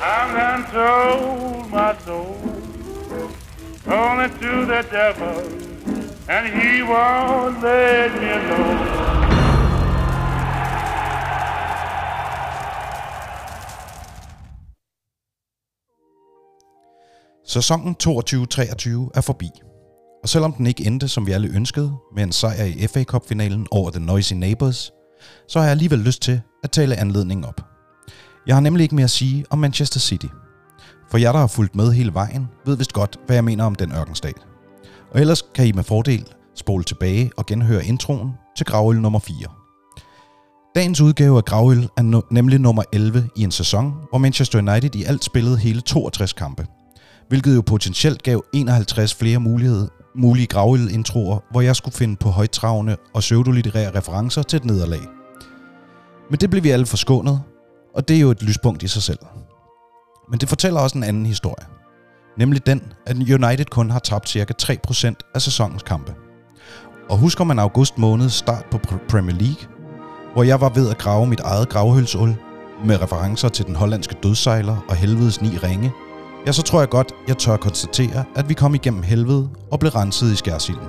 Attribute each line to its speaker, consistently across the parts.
Speaker 1: I've done told my soul only to the devil, and he won't let me alone.
Speaker 2: Sæsonen 22-23 er forbi. Og selvom den ikke endte, som vi alle ønskede, med en sejr i FA Cup-finalen over The Noisy Neighbors, så har jeg alligevel lyst til at tale anledningen op. Jeg har nemlig ikke mere at sige om Manchester City. For jer, der har fulgt med hele vejen, ved vist godt, hvad jeg mener om den ørkenstat. Og ellers kan I med fordel spole tilbage og genhøre introen til Gravøl nummer 4. Dagens udgave af Gravøl er no- nemlig nummer 11 i en sæson, hvor Manchester United i alt spillede hele 62 kampe hvilket jo potentielt gav 51 flere mulighed, mulige gravøl-introer, hvor jeg skulle finde på højtravne og pseudolitterære referencer til et nederlag. Men det blev vi alle forskånet, og det er jo et lyspunkt i sig selv. Men det fortæller også en anden historie. Nemlig den, at United kun har tabt ca. 3% af sæsonens kampe. Og husker man august måneds start på Pr- Premier League, hvor jeg var ved at grave mit eget gravhølsul med referencer til den hollandske dødsejler og helvedes ni ringe, ja, så tror jeg godt, jeg tør konstatere, at vi kom igennem helvede og blev renset i skærsilden.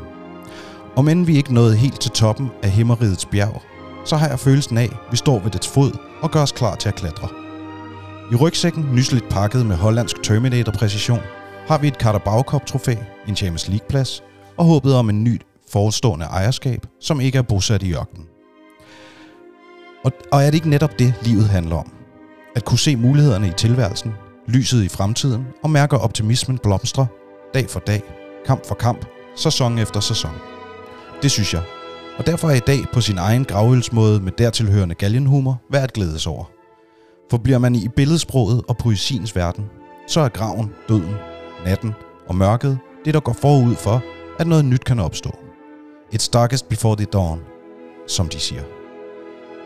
Speaker 2: Om end vi ikke nåede helt til toppen af himmerigets bjerg, så har jeg følelsen af, at vi står ved dets fod og gør os klar til at klatre. I rygsækken, nysligt pakket med hollandsk Terminator-præcision, har vi et Carabao Cup-trofæ, en Champions League-plads og håbet om en ny forestående ejerskab, som ikke er bosat i ørkenen. Og, og er det ikke netop det, livet handler om? At kunne se mulighederne i tilværelsen, lyset i fremtiden og mærker optimismen blomstre dag for dag, kamp for kamp, sæson efter sæson. Det synes jeg. Og derfor er i dag på sin egen gravølsmåde med dertilhørende galgenhumor værd at glædes over. For bliver man i billedsproget og poesiens verden, så er graven, døden, natten og mørket det, der går forud for, at noget nyt kan opstå. It's darkest before the dawn, som de siger.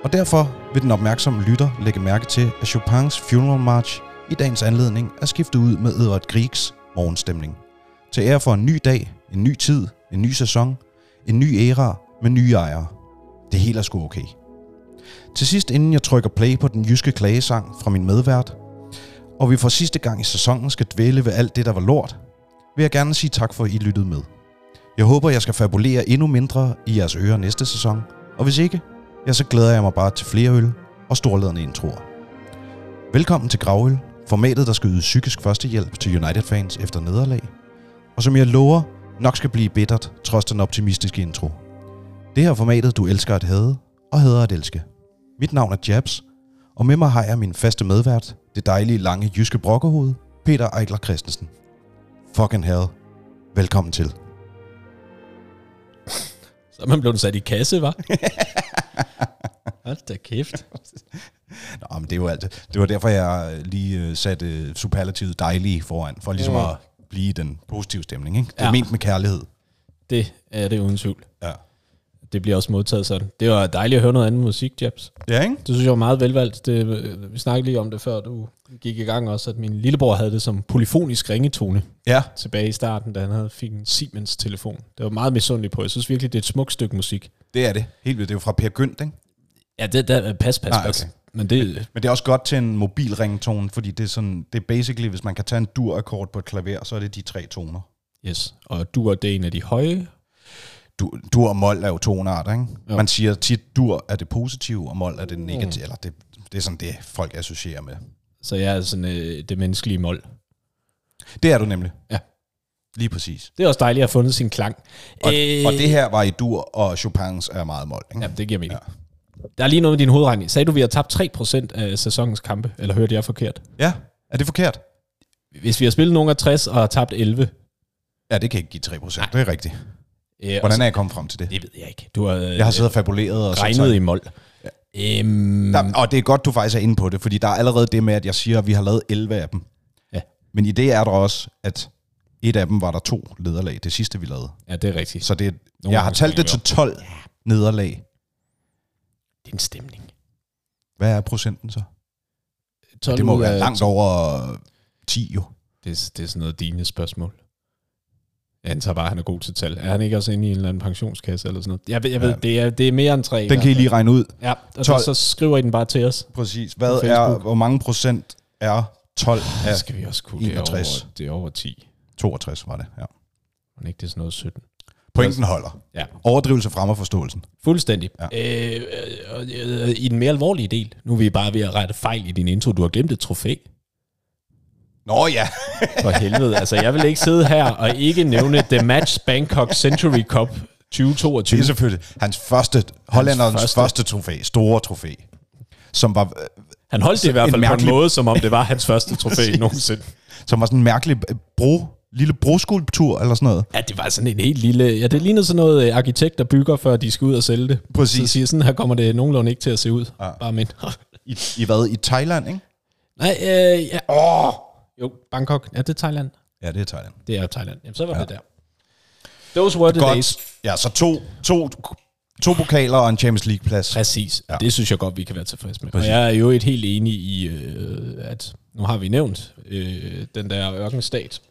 Speaker 2: Og derfor vil den opmærksomme lytter lægge mærke til, at Chopins Funeral March i dagens anledning er skiftet ud med Edvard Griegs morgenstemning. Til ære for en ny dag, en ny tid, en ny sæson, en ny æra med nye ejere. Det hele er sgu okay. Til sidst, inden jeg trykker play på den jyske klagesang fra min medvært, og vi for sidste gang i sæsonen skal dvæle ved alt det, der var lort, vil jeg gerne sige tak for, at I lyttede med. Jeg håber, jeg skal fabulere endnu mindre i jeres ører næste sæson, og hvis ikke, ja, så glæder jeg mig bare til flere øl og storladende introer. Velkommen til Gravøl, formatet, der skal yde psykisk førstehjælp til United-fans efter nederlag, og som jeg lover, nok skal blive bittert, trods den optimistiske intro. Det her er formatet, du elsker at have, og hader at elske. Mit navn er Jabs, og med mig har jeg min faste medvært, det dejlige lange jyske brokkerhoved, Peter Ejkler Christensen. Fucking hell. Velkommen til.
Speaker 3: Så er man blevet sat i kasse, var? Hold da kæft.
Speaker 2: Nå, men det er jo alt. Det var derfor, jeg lige øh, satte øh, superlativet dejlige foran, for ligesom
Speaker 3: Ja.
Speaker 2: at blive i den positive stemning. Ikke? Det er
Speaker 3: Ja.
Speaker 2: ment med kærlighed.
Speaker 3: Det er det uden tvivl.
Speaker 2: Ja.
Speaker 3: Det bliver også modtaget sådan. Det var dejligt at høre noget andet musik, Jabs.
Speaker 2: Ja, ikke?
Speaker 3: Det synes jeg var meget velvalgt. Det, øh, vi snakkede lige om det, før du gik i gang også, at min lillebror havde det som polyfonisk ringetone
Speaker 2: Ja.
Speaker 3: tilbage i starten, da han havde fik en Siemens-telefon. Det var meget misundelig på. Jeg synes virkelig, det er et smukt stykke musik.
Speaker 2: Det er det. Helt vildt. Det er jo fra Per Gynt, ikke?
Speaker 3: Ja, det der, pas, pas,
Speaker 2: Ah,
Speaker 3: pas.
Speaker 2: okay.
Speaker 3: Men det,
Speaker 2: Men det er også godt til en mobilringtone, fordi det er, sådan, det er basically, hvis man kan tage en dur-akkord på et klaver, så er det de tre toner.
Speaker 3: yes. Og du og det er en af de høje.
Speaker 2: Du, dur og mol er jo tonarter, ikke?
Speaker 3: Jo.
Speaker 2: Man siger tit, dur er det positive, og mol er det negative. Mm. Eller det, det er sådan det, folk associerer med.
Speaker 3: Så jeg er sådan øh, det menneskelige mål.
Speaker 2: Det er du nemlig.
Speaker 3: Ja.
Speaker 2: Lige præcis.
Speaker 3: Det er også dejligt at have fundet sin klang.
Speaker 2: Og, øh. og det her var i dur, og Chopins er meget mol, ikke?
Speaker 3: Jamen, det giver mening. Ja. Der er lige noget med din hovedregning. Sagde du, vi har tabt 3% af sæsonens kampe, eller hørte jeg forkert?
Speaker 2: Ja. Er det forkert?
Speaker 3: Hvis vi har spillet nogen af 60 og har tabt 11,
Speaker 2: Ja, det kan ikke give 3 procent. Det er rigtigt.
Speaker 3: øh, og
Speaker 2: Hvordan
Speaker 3: så-
Speaker 2: er jeg kommet frem til det?
Speaker 3: det ved jeg ikke. Du har øh,
Speaker 2: Jeg har siddet og fabuleret og så
Speaker 3: regnet i mål. Ja. Øhm,
Speaker 2: Der, og det er godt, du faktisk er inde på det, fordi der er allerede det med, at jeg siger, at vi har lavet 11 af dem.
Speaker 3: Ja.
Speaker 2: Men i det er der også, at et af dem var der to nederlag, det sidste vi lavede.
Speaker 3: ja, det er rigtigt.
Speaker 2: Så det, er-
Speaker 3: Nogle
Speaker 2: jeg har
Speaker 3: gange
Speaker 2: talt det
Speaker 3: skal
Speaker 2: til 12 nederlag.
Speaker 3: Det er en stemning.
Speaker 2: Hvad er procenten så?
Speaker 3: 12
Speaker 2: Det må
Speaker 3: ud af-
Speaker 2: være langt over 10 jo.
Speaker 3: øh, Det, er- det er sådan noget dine spørgsmål. Jeg antager bare, at han er god til tal. Er han ikke også inde i en eller anden pensionskasse eller sådan noget? Jeg ved, jeg ved
Speaker 2: Ja.
Speaker 3: det, er, det er mere end tre.
Speaker 2: Den kan I lige regne ud.
Speaker 3: Ja, og
Speaker 2: 12.
Speaker 3: så, så skriver I den bare til os.
Speaker 2: Præcis.
Speaker 3: På
Speaker 2: Hvad er,
Speaker 3: Facebook.
Speaker 2: hvor mange procent er 12
Speaker 3: Ja.
Speaker 2: af
Speaker 3: skal vi også kunne. Det er,
Speaker 2: 61.
Speaker 3: over, det er over 10.
Speaker 2: 62 var det, ja.
Speaker 3: Men ikke det er sådan noget 17.
Speaker 2: Pointen holder.
Speaker 3: Ja,
Speaker 2: Overdrivelse fremmer forståelsen.
Speaker 3: fuldstændig. Ja. Øh, øh, øh, øh, I den mere alvorlige del. Nu er vi bare ved at rette fejl i din intro. Du har glemt et trofæ.
Speaker 2: Nå ja.
Speaker 3: For helvede. altså, jeg vil ikke sidde her og ikke nævne The Match Bangkok Century Cup 2022.
Speaker 2: Det er selvfølgelig hans første, hollænderens
Speaker 3: første.
Speaker 2: første, første trofæ, store trofæ, som var, øh,
Speaker 3: Han holdt det i hvert
Speaker 2: en
Speaker 3: fald på
Speaker 2: mærkelig-
Speaker 3: en måde, som om det var hans første trofæ nogensinde.
Speaker 2: som var sådan en mærkelig øh, bro, lille broskulptur eller sådan noget.
Speaker 3: Ja, det var sådan en helt lille... Ja, det lignede sådan noget øh, arkitekt, der bygger, før de skal ud og sælge det.
Speaker 2: Præcis.
Speaker 3: Så siger sådan, her kommer det nogenlunde ikke til at se ud. Ja. Bare men.
Speaker 2: I, I hvad? I Thailand, ikke?
Speaker 3: Nej, øh, ja. Åh. Jo, Bangkok. Ja, det er Thailand.
Speaker 2: Ja, det er Thailand.
Speaker 3: Det er Thailand. Jamen, så var ja. det der. Those were the Godt. days.
Speaker 2: Godt. Ja, så to, to, to pokaler og en Champions League-plads.
Speaker 3: Præcis. Ja. Det synes jeg godt, vi kan være tilfredse med. Præcis. Og jeg er jo et helt enig i, øh, at nu har vi nævnt øh, den der ørkenstat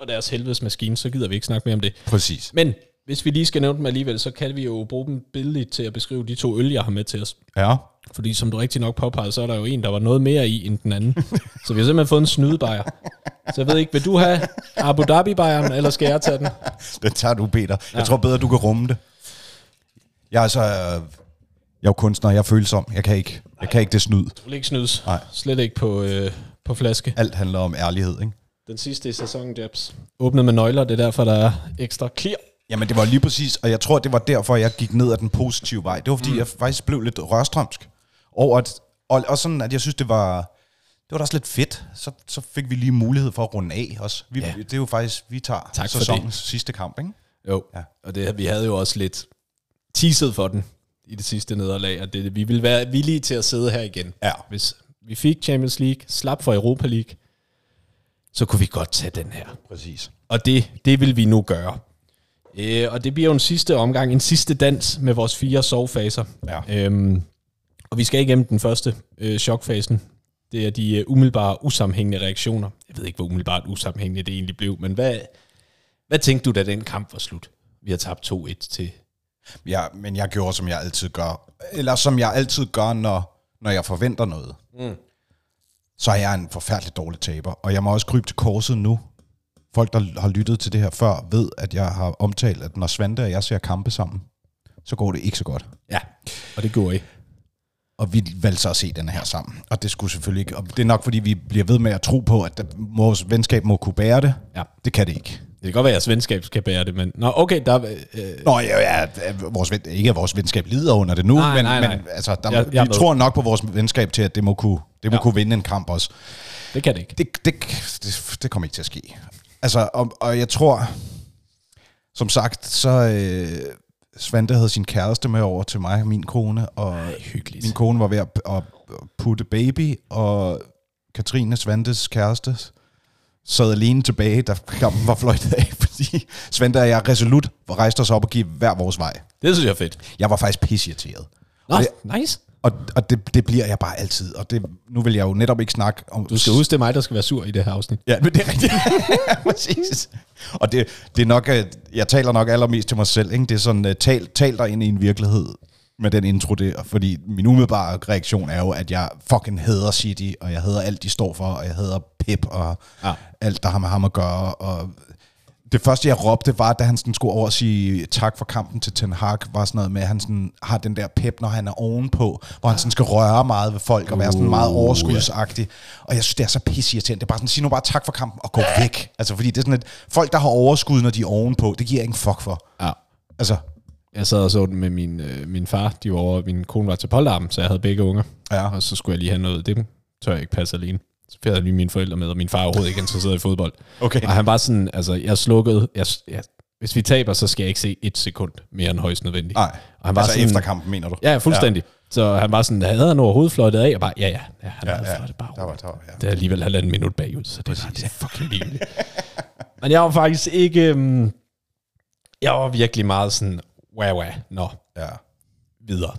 Speaker 3: og deres helvedes maskine, så gider vi ikke snakke mere om det.
Speaker 2: Præcis.
Speaker 3: Men hvis vi lige skal nævne dem alligevel, så kan vi jo bruge dem billedligt til at beskrive de to øl, jeg har med til os.
Speaker 2: Ja.
Speaker 3: Fordi som du rigtig nok påpegede, så er der jo en, der var noget mere i end den anden. Så vi har simpelthen fået en snydebajer. Så jeg ved ikke, vil du have Abu Dhabi-bajeren, eller skal jeg tage den?
Speaker 2: Den tager du, Peter. Jeg tror bedre, du kan rumme det. Jeg er så... Øh, jeg er jo kunstner, jeg er følsom. Jeg kan ikke, jeg kan ikke det snyd.
Speaker 3: Du vil ikke snydes.
Speaker 2: Nej.
Speaker 3: Slet ikke på, øh, på flaske.
Speaker 2: Alt handler om ærlighed, ikke?
Speaker 3: Den sidste i sæsonen, Jabs. Åbnet med nøgler, det er derfor, der er ekstra clear.
Speaker 2: Jamen, det var lige præcis, og jeg tror, det var derfor, jeg gik ned ad den positive vej. Det var, fordi mm. jeg faktisk blev lidt rørstrømsk. Over at, og, og sådan, at jeg synes, det var... Det var da også lidt fedt. Så, så fik vi lige mulighed for at runde af også. Vi, ja. Det er jo faktisk, vi tager
Speaker 3: Tak for
Speaker 2: sæsonens sidste kamp, ikke?
Speaker 3: Jo, ja. og det, vi havde jo også lidt teaset for den i det sidste nederlag, at det, vi ville være villige til at sidde her igen.
Speaker 2: Ja.
Speaker 3: Hvis vi fik Champions League, slap for Europa League, så kunne vi godt tage den her.
Speaker 2: Præcis.
Speaker 3: Og det, det vil vi nu gøre. Øh, og det bliver jo en sidste omgang, en sidste dans med vores fire sovefaser.
Speaker 2: Ja.
Speaker 3: Øhm, og vi skal igennem den første øh, chokfasen. Det er de øh, umiddelbare usammenhængende reaktioner. Jeg ved ikke, hvor umiddelbart usammenhængende det egentlig blev, men hvad, hvad tænkte du, da den kamp var slut? Vi har tabt 2-1 til...
Speaker 2: Ja, men jeg gjorde, som jeg altid gør. Eller som jeg altid gør, når, når jeg forventer noget. Mm. Så er jeg en forfærdelig dårlig taber. Og jeg må også krybe til korset nu. Folk, der har lyttet til det her før, ved, at jeg har omtalt, at når Svante og jeg ser kampe sammen, så går det ikke så godt.
Speaker 3: Ja, og det gjorde I.
Speaker 2: Og vi valgte så at se den her sammen. Og det skulle selvfølgelig ikke. Og det er nok, fordi vi bliver ved med at tro på, at der- vores venskab må kunne bære det.
Speaker 3: Ja.
Speaker 2: Det kan det ikke.
Speaker 3: Det kan godt være, at jeres venskab skal bære det, men... Nå, okay, der... Øh,
Speaker 2: Nå ja, ja at vores, ven- ikke at vores venskab lider under det nu,
Speaker 3: Nej,
Speaker 2: men,
Speaker 3: nej, nej.
Speaker 2: men altså, der,
Speaker 3: Jeg-
Speaker 2: jeg,
Speaker 3: jeg er
Speaker 2: jeg vi
Speaker 3: med.
Speaker 2: tror nok på vores venskab til, at det må kunne, det må
Speaker 3: Ja.
Speaker 2: ja. kunne vinde en kamp også.
Speaker 3: det kan det ikke.
Speaker 2: Det, det, det, det kommer ikke til at ske. Altså, og, og jeg tror, som sagt, så øh, Svante havde sin kæreste med over til mig, min kone, og
Speaker 3: Ej, hyggeligt.
Speaker 2: min kone var ved at, at putte baby, og Katrine Svantes kæreste sad alene tilbage, da kampen var fløjtet af, fordi Svante og jeg resolut rejste os op og gik hver vores vej.
Speaker 3: Det synes jeg er fedt.
Speaker 2: Jeg var faktisk pisseirriteret.
Speaker 3: Nå,
Speaker 2: Og det-
Speaker 3: nice.
Speaker 2: Og, og det, det bliver jeg bare altid. Og det, nu vil jeg jo netop ikke snakke om...
Speaker 3: Du skal huske, det er mig, der skal være sur i det her afsnit.
Speaker 2: Ja, men det er rigtigt. Præcis. Og det, det er nok... øh, Jeg taler nok allermest til mig selv, ikke? Det er sådan, øh, tal, tal dig ind i en virkelighed med den intro der. Fordi min umiddelbare reaktion er jo, at jeg fucking hader City, og jeg hader alt, de står for, og jeg hader Pep, og
Speaker 3: Ja.
Speaker 2: ja. alt, der har med ham at gøre, og... Det første, jeg råbte, var, da han sådan skulle over og sige tak for kampen til Ten Hag, var sådan noget med, at han sådan har den der pep, når han er ovenpå, hvor han sådan skal røre meget ved folk og være sådan meget overskudsagtig. Og jeg synes, det er så pisseirriterende. Det er bare sådan, sig nu bare tak for kampen og gå væk. Altså, fordi det er sådan, at folk, der har overskud, når de er ovenpå, det giver jeg ingen fuck for.
Speaker 3: Ja.
Speaker 2: Altså,
Speaker 3: jeg sad og så den med min, øh, min far. De var over, min kone var til polterappen, så jeg havde begge unger.
Speaker 2: Ja.
Speaker 3: Og så skulle jeg lige have noget. Det tør jeg ikke passe alene. Så fik jeg lige mine forældre med, og min far er overhovedet ikke interesseret i fodbold.
Speaker 2: Okay.
Speaker 3: Og han var sådan, altså, jeg slukkede. Jeg, jeg, hvis vi taber, så skal jeg ikke se et sekund mere end højst nødvendigt.
Speaker 2: nej.
Speaker 3: Og han var
Speaker 2: altså,
Speaker 3: sådan,
Speaker 2: efter kampen, mener du?
Speaker 3: Ja, ja, fuldstændig. Ja. Så han var sådan, havde han overhovedet fløjtet af? Jeg bare, ja, ja, ja han ja, havde ja. fløjtet bare
Speaker 2: Der var, der var, ja.
Speaker 3: det er alligevel halvanden minut bagud, så det, var, det er fucking ligegyldigt. Men jeg var faktisk ikke... øhm, Jeg var virkelig meget sådan, wow, wow, nå,
Speaker 2: ja.
Speaker 3: videre.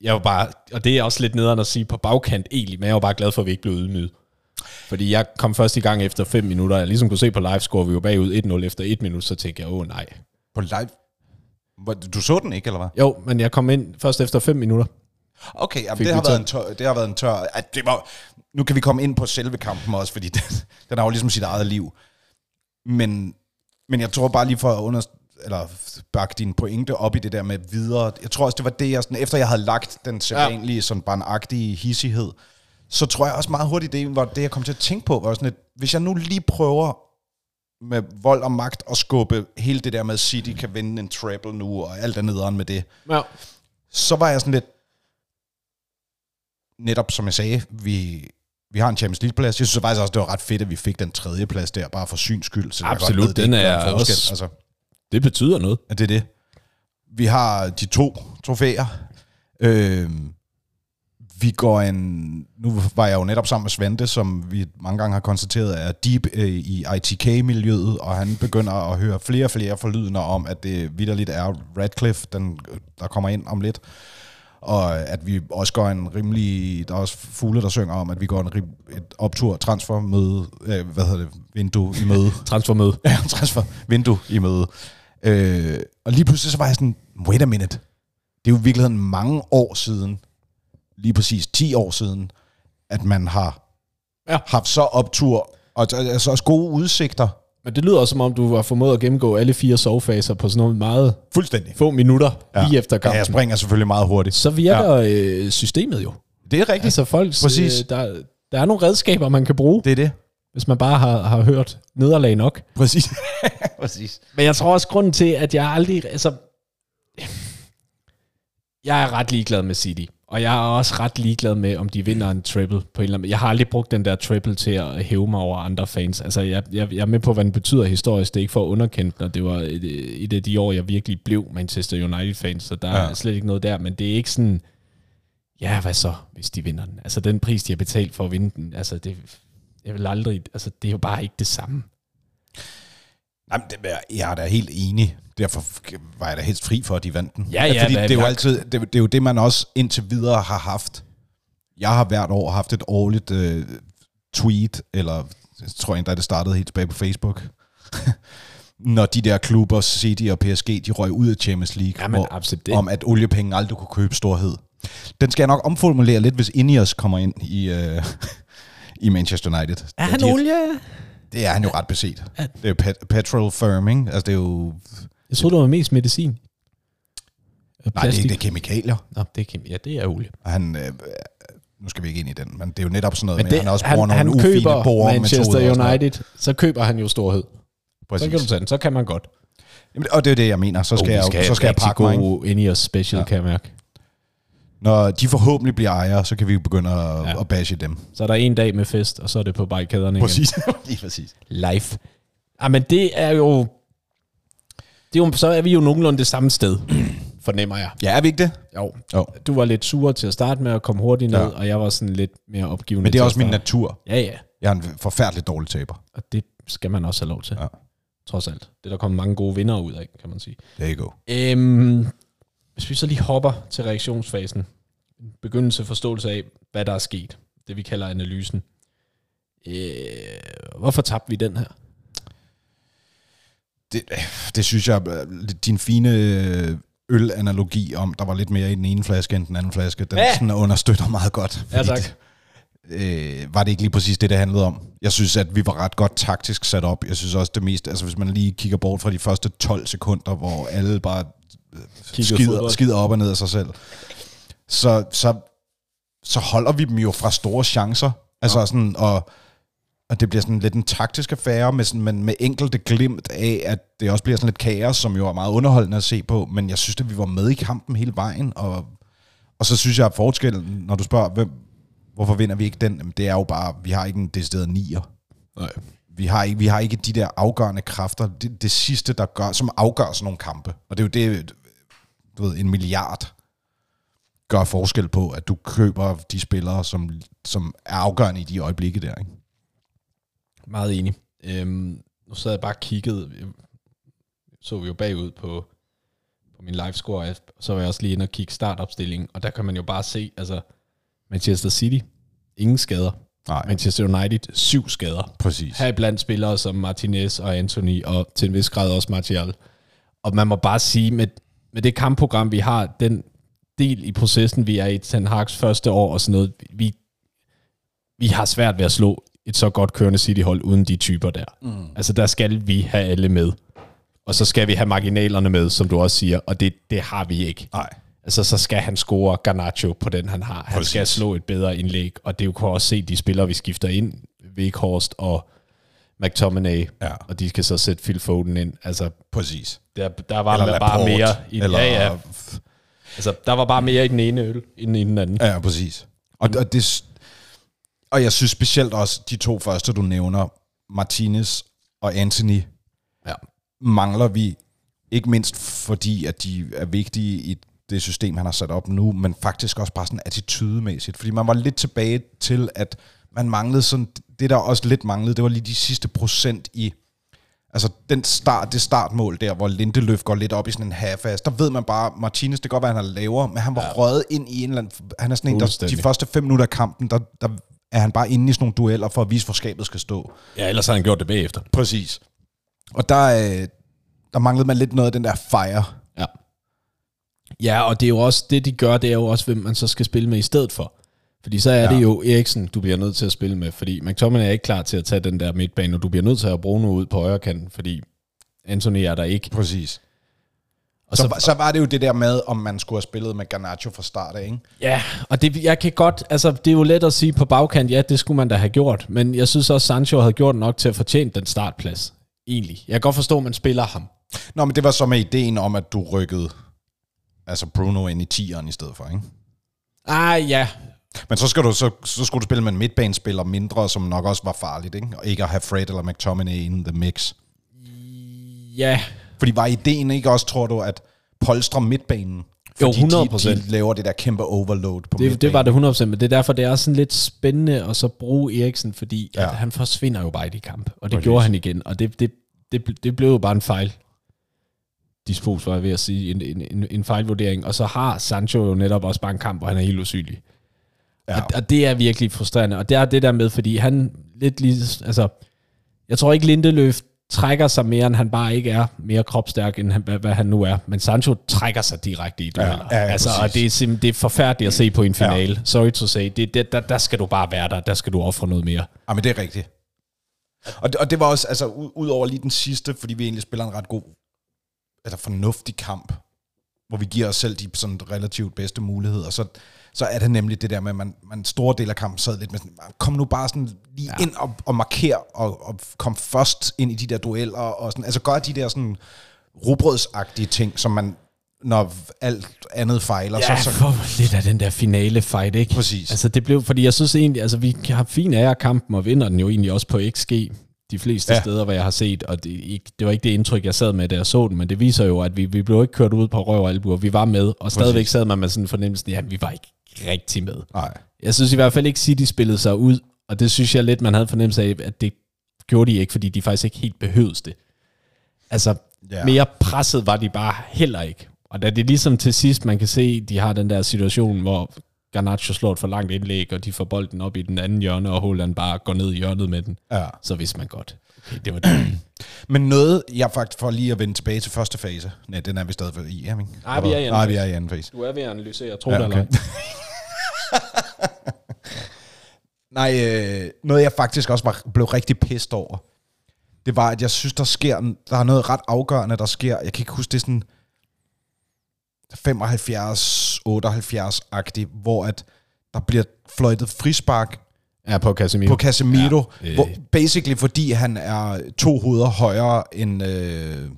Speaker 3: Jeg var bare, og det er også lidt nederen at sige på bagkant egentlig, men jeg var bare glad for, at vi ikke blev ydmyget. Fordi jeg kom først i gang efter 5 minutter, og jeg ligesom kunne se på livescore, vi var bagud 1-0 efter 1 minut, så tænkte jeg, åh nej.
Speaker 2: På live... Hvor- Du så den ikke, eller hvad?
Speaker 3: Jo, men jeg kom ind først efter 5 minutter.
Speaker 2: Okay, jamen,
Speaker 3: Fik
Speaker 2: det, har
Speaker 3: vi
Speaker 2: været en tør, det har været en tør... At det var, nu kan vi komme ind på selve kampen også, fordi den, den har jo ligesom sit eget liv. Men, men jeg tror bare lige for at under, eller bakke din pointe op i det der med videre. Jeg tror også, det var det, jeg sådan, efter jeg havde lagt den sædvanlige, ja. sådan barnagtige hissighed, så tror jeg også meget hurtigt, det var det, jeg kom til at tænke på, var sådan et, hvis jeg nu lige prøver med vold og magt at skubbe hele det der med, at City kan vinde en treble nu, og alt er nederen med det
Speaker 3: Ja.
Speaker 2: så var jeg sådan lidt, netop som jeg sagde, vi, vi har en Champions League-plads. Jeg synes faktisk også, det var ret fedt, at vi fik den tredje plads der, bare for syns skyld. Så jeg godt
Speaker 3: Absolut,
Speaker 2: ved, det
Speaker 3: den
Speaker 2: ikke gør
Speaker 3: er
Speaker 2: en forskel.
Speaker 3: også-
Speaker 2: Altså,
Speaker 3: Det betyder noget.
Speaker 2: at det er det. Vi har de to trofæer. Øh, vi går en... Nu var jeg jo netop sammen med Svante, som vi mange gange har konstateret er deep øh, i ITK-miljøet, og han begynder at høre flere og flere forlydender om, at det vidderligt er Radcliffe, den, der kommer ind om lidt. Og at vi også går en rimelig... Der er også fugle, der synger om, at vi går en rim, et optur transfermøde... Øh, hvad hedder det? Vindue i møde.
Speaker 3: Transfermøde.
Speaker 2: Ja, transfer vindue i møde. Øh, og lige pludselig så var jeg sådan, wait a minute. Det er jo i virkeligheden mange år siden, lige præcis 10 år siden, at man har
Speaker 3: Ja.
Speaker 2: ja. haft så optur, og t- altså også gode udsigter.
Speaker 3: Men det lyder også, som om du har formået at gennemgå alle fire sovefaser på sådan nogle meget
Speaker 2: Fuldstændig.
Speaker 3: få minutter ja. lige efter
Speaker 2: Ja, jeg
Speaker 3: kampen. Ja,
Speaker 2: springer selvfølgelig meget hurtigt.
Speaker 3: så virker ja. øh, systemet jo.
Speaker 2: Det er rigtigt. Altså,
Speaker 3: Altså folk,
Speaker 2: Præcis.
Speaker 3: Øh, der, der er nogle redskaber, man kan bruge, det.
Speaker 2: det er det.
Speaker 3: hvis man bare har, har hørt nederlag nok.
Speaker 2: Præcis. præcis.
Speaker 3: Men jeg tror også, grunden til, at jeg aldrig... Altså, jeg er ret ligeglad med City. Og jeg er også ret ligeglad med, om de vinder en triple på en eller anden Jeg har aldrig brugt den der triple til at hæve mig over andre fans. Altså, jeg, jeg, jeg er med på, hvad den betyder historisk. Det er ikke for at underkende den, og det var et, et af de år, jeg virkelig blev Manchester United-fan, så der ja. er
Speaker 2: Ja.
Speaker 3: slet ikke noget der. Men det er ikke sådan, ja, hvad så, hvis de vinder den? Altså, den pris, de har betalt for at vinde den, altså, det, jeg vil aldrig, altså, det er jo bare ikke det samme.
Speaker 2: Jamen, det, er- jeg er da helt enig. Derfor f- var jeg da helst fri for, at de vandt den.
Speaker 3: Ja, ja,
Speaker 2: Fordi
Speaker 3: hvad-
Speaker 2: det er jo
Speaker 3: hvad-
Speaker 2: altid, det, det er jo det, man også indtil videre har haft. Jeg har hvert år haft et årligt øh, tweet, eller jeg tror endda, det startede helt tilbage på Facebook, når de der klubber, City og PSG, de røg ud af Champions League,
Speaker 3: Jamen, absolut. Det-
Speaker 2: om at oliepenge aldrig kunne købe storhed. Den skal jeg nok omformulere lidt, hvis Ineos kommer ind i, øh, i Manchester United. Ja, de har-
Speaker 3: olie?
Speaker 2: det er han jo ret beset. Det er jo pet- petrol firm, ikke? Altså, det er jo...
Speaker 3: Jeg troede, det var mest medicin. Og
Speaker 2: Nej, det, er-
Speaker 3: plastik.
Speaker 2: det er kemikalier.
Speaker 3: Nå, det er kemi- ja, det er olie.
Speaker 2: Og han... Øh, nu skal vi ikke ind i den, men det er jo netop sådan noget
Speaker 3: Men
Speaker 2: men med,
Speaker 3: det,
Speaker 2: at han også bruger
Speaker 3: han
Speaker 2: nogle ufine
Speaker 3: køber Manchester
Speaker 2: boremetoder. og sådan noget.
Speaker 3: United, så køber han jo storhed. Så kan du
Speaker 2: Præcis.
Speaker 3: tage den, så kan man godt.
Speaker 2: Jamen, og det er jo det, jeg mener. Så skal,
Speaker 3: vi
Speaker 2: oh, jeg, jo- så skal jeg
Speaker 3: rigtig
Speaker 2: pakke mig, ikke?
Speaker 3: god ind i os special, ja. kan jeg mærke.
Speaker 2: Når de forhåbentlig bliver ejere, så kan vi begynde at,
Speaker 3: Ja.
Speaker 2: ja. at bashe dem.
Speaker 3: Så er der en dag med fest, og så er det på barrikaderne igen.
Speaker 2: Lige præcis.
Speaker 3: Life. Ah, men det er jo... Det er jo, så er vi jo nogenlunde det samme sted, fornemmer jeg.
Speaker 2: Ja, er vi ikke det?
Speaker 3: Jo.
Speaker 2: Jo.
Speaker 3: Du var lidt sur til at starte med at komme hurtigt ned, ja.
Speaker 2: Ja.
Speaker 3: og jeg var sådan lidt mere opgivende.
Speaker 2: Men det
Speaker 3: til
Speaker 2: er
Speaker 3: at
Speaker 2: også min
Speaker 3: starte.
Speaker 2: natur.
Speaker 3: Ja, ja.
Speaker 2: Jeg er en forfærdelig dårlig taber.
Speaker 3: Og det skal man også have lov til.
Speaker 2: Ja.
Speaker 3: Trods alt. Det er der kommet mange gode vinder ud af, kan man sige.
Speaker 2: There you go.
Speaker 3: Øhm, hvis vi så lige hopper til reaktionsfasen. Begyndelse forståelse af, hvad der er sket. Det vi kalder analysen. Øh, hvorfor tabte vi den her?
Speaker 2: det, det synes jeg, øh, din fine øh, øl-analogi om, der var lidt mere i den ene flaske end den anden flaske, den
Speaker 3: Ja.
Speaker 2: ja. sådan understøtter meget godt.
Speaker 3: Ja,
Speaker 2: fordi
Speaker 3: tak.
Speaker 2: det- Øh, var det ikke lige præcis det, det handlede om? Jeg synes, at vi var ret godt taktisk sat op. Jeg synes også, det mest, altså hvis man lige kigger bort fra de første 12 sekunder, hvor alle bare øh,
Speaker 3: Kiggede
Speaker 2: skider,
Speaker 3: fodbold.
Speaker 2: skider op og ned af sig selv, så, så, så holder vi dem jo fra store chancer. Altså sådan, og og det bliver sådan lidt en taktisk affære, med sådan, men med enkelte glimt af, at det også bliver sådan lidt kaos, som jo er meget underholdende at se på, men jeg synes, at vi var med i kampen hele vejen, og, og så synes jeg, at forskellen, når du spørger, hvem, hvorfor vinder vi ikke den, Jamen, det er jo bare, vi har ikke en decideret nier.
Speaker 3: Nej.
Speaker 2: Vi har, ikke, vi har ikke de der afgørende kræfter, det, det sidste, der gør, som afgør sådan nogle kampe. Og det er jo det, du ved, en milliard gør forskel på, at du køber de spillere, som, som er afgørende i de øjeblikke der, ikke?
Speaker 3: Meget enig. Øhm, nu sad jeg bare og kiggede. Jeg Så vi jo bagud på, på min live score, og så var jeg også lige inde og kigge startopstillingen, og der kan man jo bare se, altså Manchester City, ingen skader.
Speaker 2: Nej,
Speaker 3: Manchester United, syv skader.
Speaker 2: præcis.
Speaker 3: Her blandt spillere som Martinez og Anthony, og til en vis grad også Martial. Og man må bare sige, med, med det kampprogram, vi har, den, del i processen, vi er i Ten Hag's første år og sådan noget. Vi, vi har svært ved at slå et så godt kørende City-hold uden de typer der. Mm. Altså der skal vi have alle med. Og så skal vi have marginalerne med, som du også siger, og det, det har vi ikke.
Speaker 2: Nej.
Speaker 3: Altså, så skal han score Garnacho på den, han har. Han Præcis. skal slå et bedre indlæg, og det er jo kan også se de spillere, vi skifter ind, Vekhorst og McTominay,
Speaker 2: Ja.
Speaker 3: og de skal så sætte Phil Foden ind. Altså,
Speaker 2: Præcis.
Speaker 3: der, der var
Speaker 2: Eller
Speaker 3: eller bare
Speaker 2: Laporte,
Speaker 3: mere i den,
Speaker 2: eller-
Speaker 3: eller... ja, ja. Altså, der var bare mere i den ene øl, end i den anden. Ja.
Speaker 2: Ja, præcis. Og, og, det, s- og jeg synes specielt også, de to første, du nævner, Martinez og Anthony,
Speaker 3: Ja.
Speaker 2: mangler vi, ikke mindst fordi, at de er vigtige i det system, han har sat op nu, men faktisk også bare sådan attitudemæssigt. Fordi man var lidt tilbage til, at man manglede sådan, det der også lidt manglede, det var lige de sidste procent i Altså den start, det startmål der, hvor Lindeløf går lidt op i sådan en half-ass, der ved man bare, Martinez, det kan godt være, han er lavere, men han var ja. røget ind i en eller anden... Han er sådan en, der, de
Speaker 3: Fuldstændig.
Speaker 2: første fem minutter af kampen, der, der er han bare inde i sådan nogle dueller for at vise, hvor skabet skal stå.
Speaker 3: ja, ellers har han gjort det bagefter.
Speaker 2: Præcis. Og der, øh, der manglede man lidt noget af den der fire.
Speaker 3: Ja. Ja, og det er jo også, det de gør, det er jo også, hvem man så skal spille med i stedet for. Fordi så er ja. det jo Eriksen, du bliver nødt til at spille med, fordi McTominay er ikke klar til at tage den der midtbane, og du bliver nødt til at bruge noget ud på højre kanten, fordi Anthony er der ikke.
Speaker 2: Præcis.
Speaker 3: Og
Speaker 2: Så,
Speaker 3: så,
Speaker 2: så, så var det jo det der med, om man skulle have spillet med Garnacho fra start af, ikke?
Speaker 3: ja, og det, jeg kan godt, altså det er jo let at sige på bagkant, ja, det skulle man da have gjort, men jeg synes også, Sancho havde gjort nok til at fortjene den startplads, egentlig. Jeg kan godt forstå, at man spiller ham.
Speaker 2: Nå, men det var så med ideen om, at du rykkede altså Bruno ind i tieren i stedet for, ikke?
Speaker 3: Ah, ja,
Speaker 2: Men så, skal du, så, så skulle du spille med en midtbanespiller mindre, som nok også var farligt, ikke? Og ikke at have Fred eller McTominay in the mix.
Speaker 3: ja,
Speaker 2: Fordi var ideen ikke også, tror du, at polstre midtbanen?
Speaker 3: Jo,
Speaker 2: Fordi
Speaker 3: 100%.
Speaker 2: De, de laver det der kæmpe overload på
Speaker 3: Det, det var
Speaker 2: midtbanen.
Speaker 3: det 100%, men det er derfor, det er sådan lidt spændende at så bruge Eriksen, fordi ja.
Speaker 2: Ja.
Speaker 3: at han forsvinder jo bare i de kamp, og det Præcis. gjorde han igen, og det, det, det, bl- det blev jo bare en fejl. Dispos var jeg ved at sige, en, en, en, en fejlvurdering, og så har Sancho jo netop også bare en kamp, hvor han er helt usynlig. Ja. Og, og det er virkelig frustrerende, og det er det der med, fordi han lidt lige, altså, jeg tror ikke Lindeløf trækker sig mere, end han bare ikke er mere kropstærk, end han, hvad, hvad han nu er. Men Sancho trækker sig direkte i dueller.
Speaker 2: ja, ja,
Speaker 3: altså, og
Speaker 2: præcis.
Speaker 3: det er, simpelthen, det er forfærdeligt at se på i en finale. Ja. Sorry to say. Det, det, der, der skal du bare være der. Der skal du ofre noget mere.
Speaker 2: Ja, Ah, men det er rigtigt. Og det, og det var også, altså, u- ud over lige den sidste, fordi vi egentlig spiller en ret god, altså fornuftig kamp, hvor vi giver os selv de sådan relativt bedste muligheder, så, så er det nemlig det der med, at man, man store del af kampen sad lidt med sådan, "Ah, kom nu bare sådan lige ja. ind og, og marker, og, og kom først ind i de der dueller, og sådan, altså gør de der sådan rubrødsagtige ting, som man, når alt andet fejler,
Speaker 3: Ja,
Speaker 2: så,
Speaker 3: så,
Speaker 2: så
Speaker 3: for lidt af den der finale fight, ikke?
Speaker 2: Præcis.
Speaker 3: Altså, det blev, fordi jeg synes egentlig, altså, vi har fin af kampen, og vinder den jo egentlig også på XG, de fleste
Speaker 2: Ja.
Speaker 3: ja. steder, hvor jeg har set, og det, ikke- det var ikke det indtryk, jeg sad med, da jeg så den, men det viser jo, at vi, vi blev ikke kørt ud på røv og albuer. Vi var med, og stadigvæk sad man med sådan en fornemmelse, ja, vi var ikke rigtig med.
Speaker 2: nej,
Speaker 3: Jeg synes i hvert fald ikke, City spillede sig ud, og det synes jeg lidt, man havde fornemmelse af, at det gjorde de ikke, fordi de faktisk ikke helt behøvede det. Altså,
Speaker 2: Ja.
Speaker 3: ja. mere presset var de bare heller ikke. Og da det ligesom til sidst, man kan se, de har den der situation, hvor Garnacho slår et for langt indlæg, og de får bolden op i den anden hjørne, og Holland bare går ned i hjørnet med den,
Speaker 2: ja.
Speaker 3: så vidste man godt. Okay, det var det.
Speaker 2: Men noget, jeg faktisk for lige at vende tilbage til første fase. Nej, den er vi stadigvæk i, er vi ikke?
Speaker 3: Nej, vi er i anden
Speaker 2: Nej, vi
Speaker 3: fase.
Speaker 2: er i anden fase.
Speaker 3: Du er ved at analysere, tror
Speaker 2: Ja, okay. Nej, øh, noget jeg faktisk også var, blev rigtig pissed over, det var, at jeg synes, der sker, en- der er noget ret afgørende, der sker. Jeg kan ikke huske, det er sådan 75-78-agtigt, hvor at der bliver fløjtet frispark
Speaker 3: Ja, på Casemiro.
Speaker 2: på Casemiro, ja, øh.
Speaker 3: Ja, øh.
Speaker 2: hvor, basically fordi han er to hoveder højere end... Øh,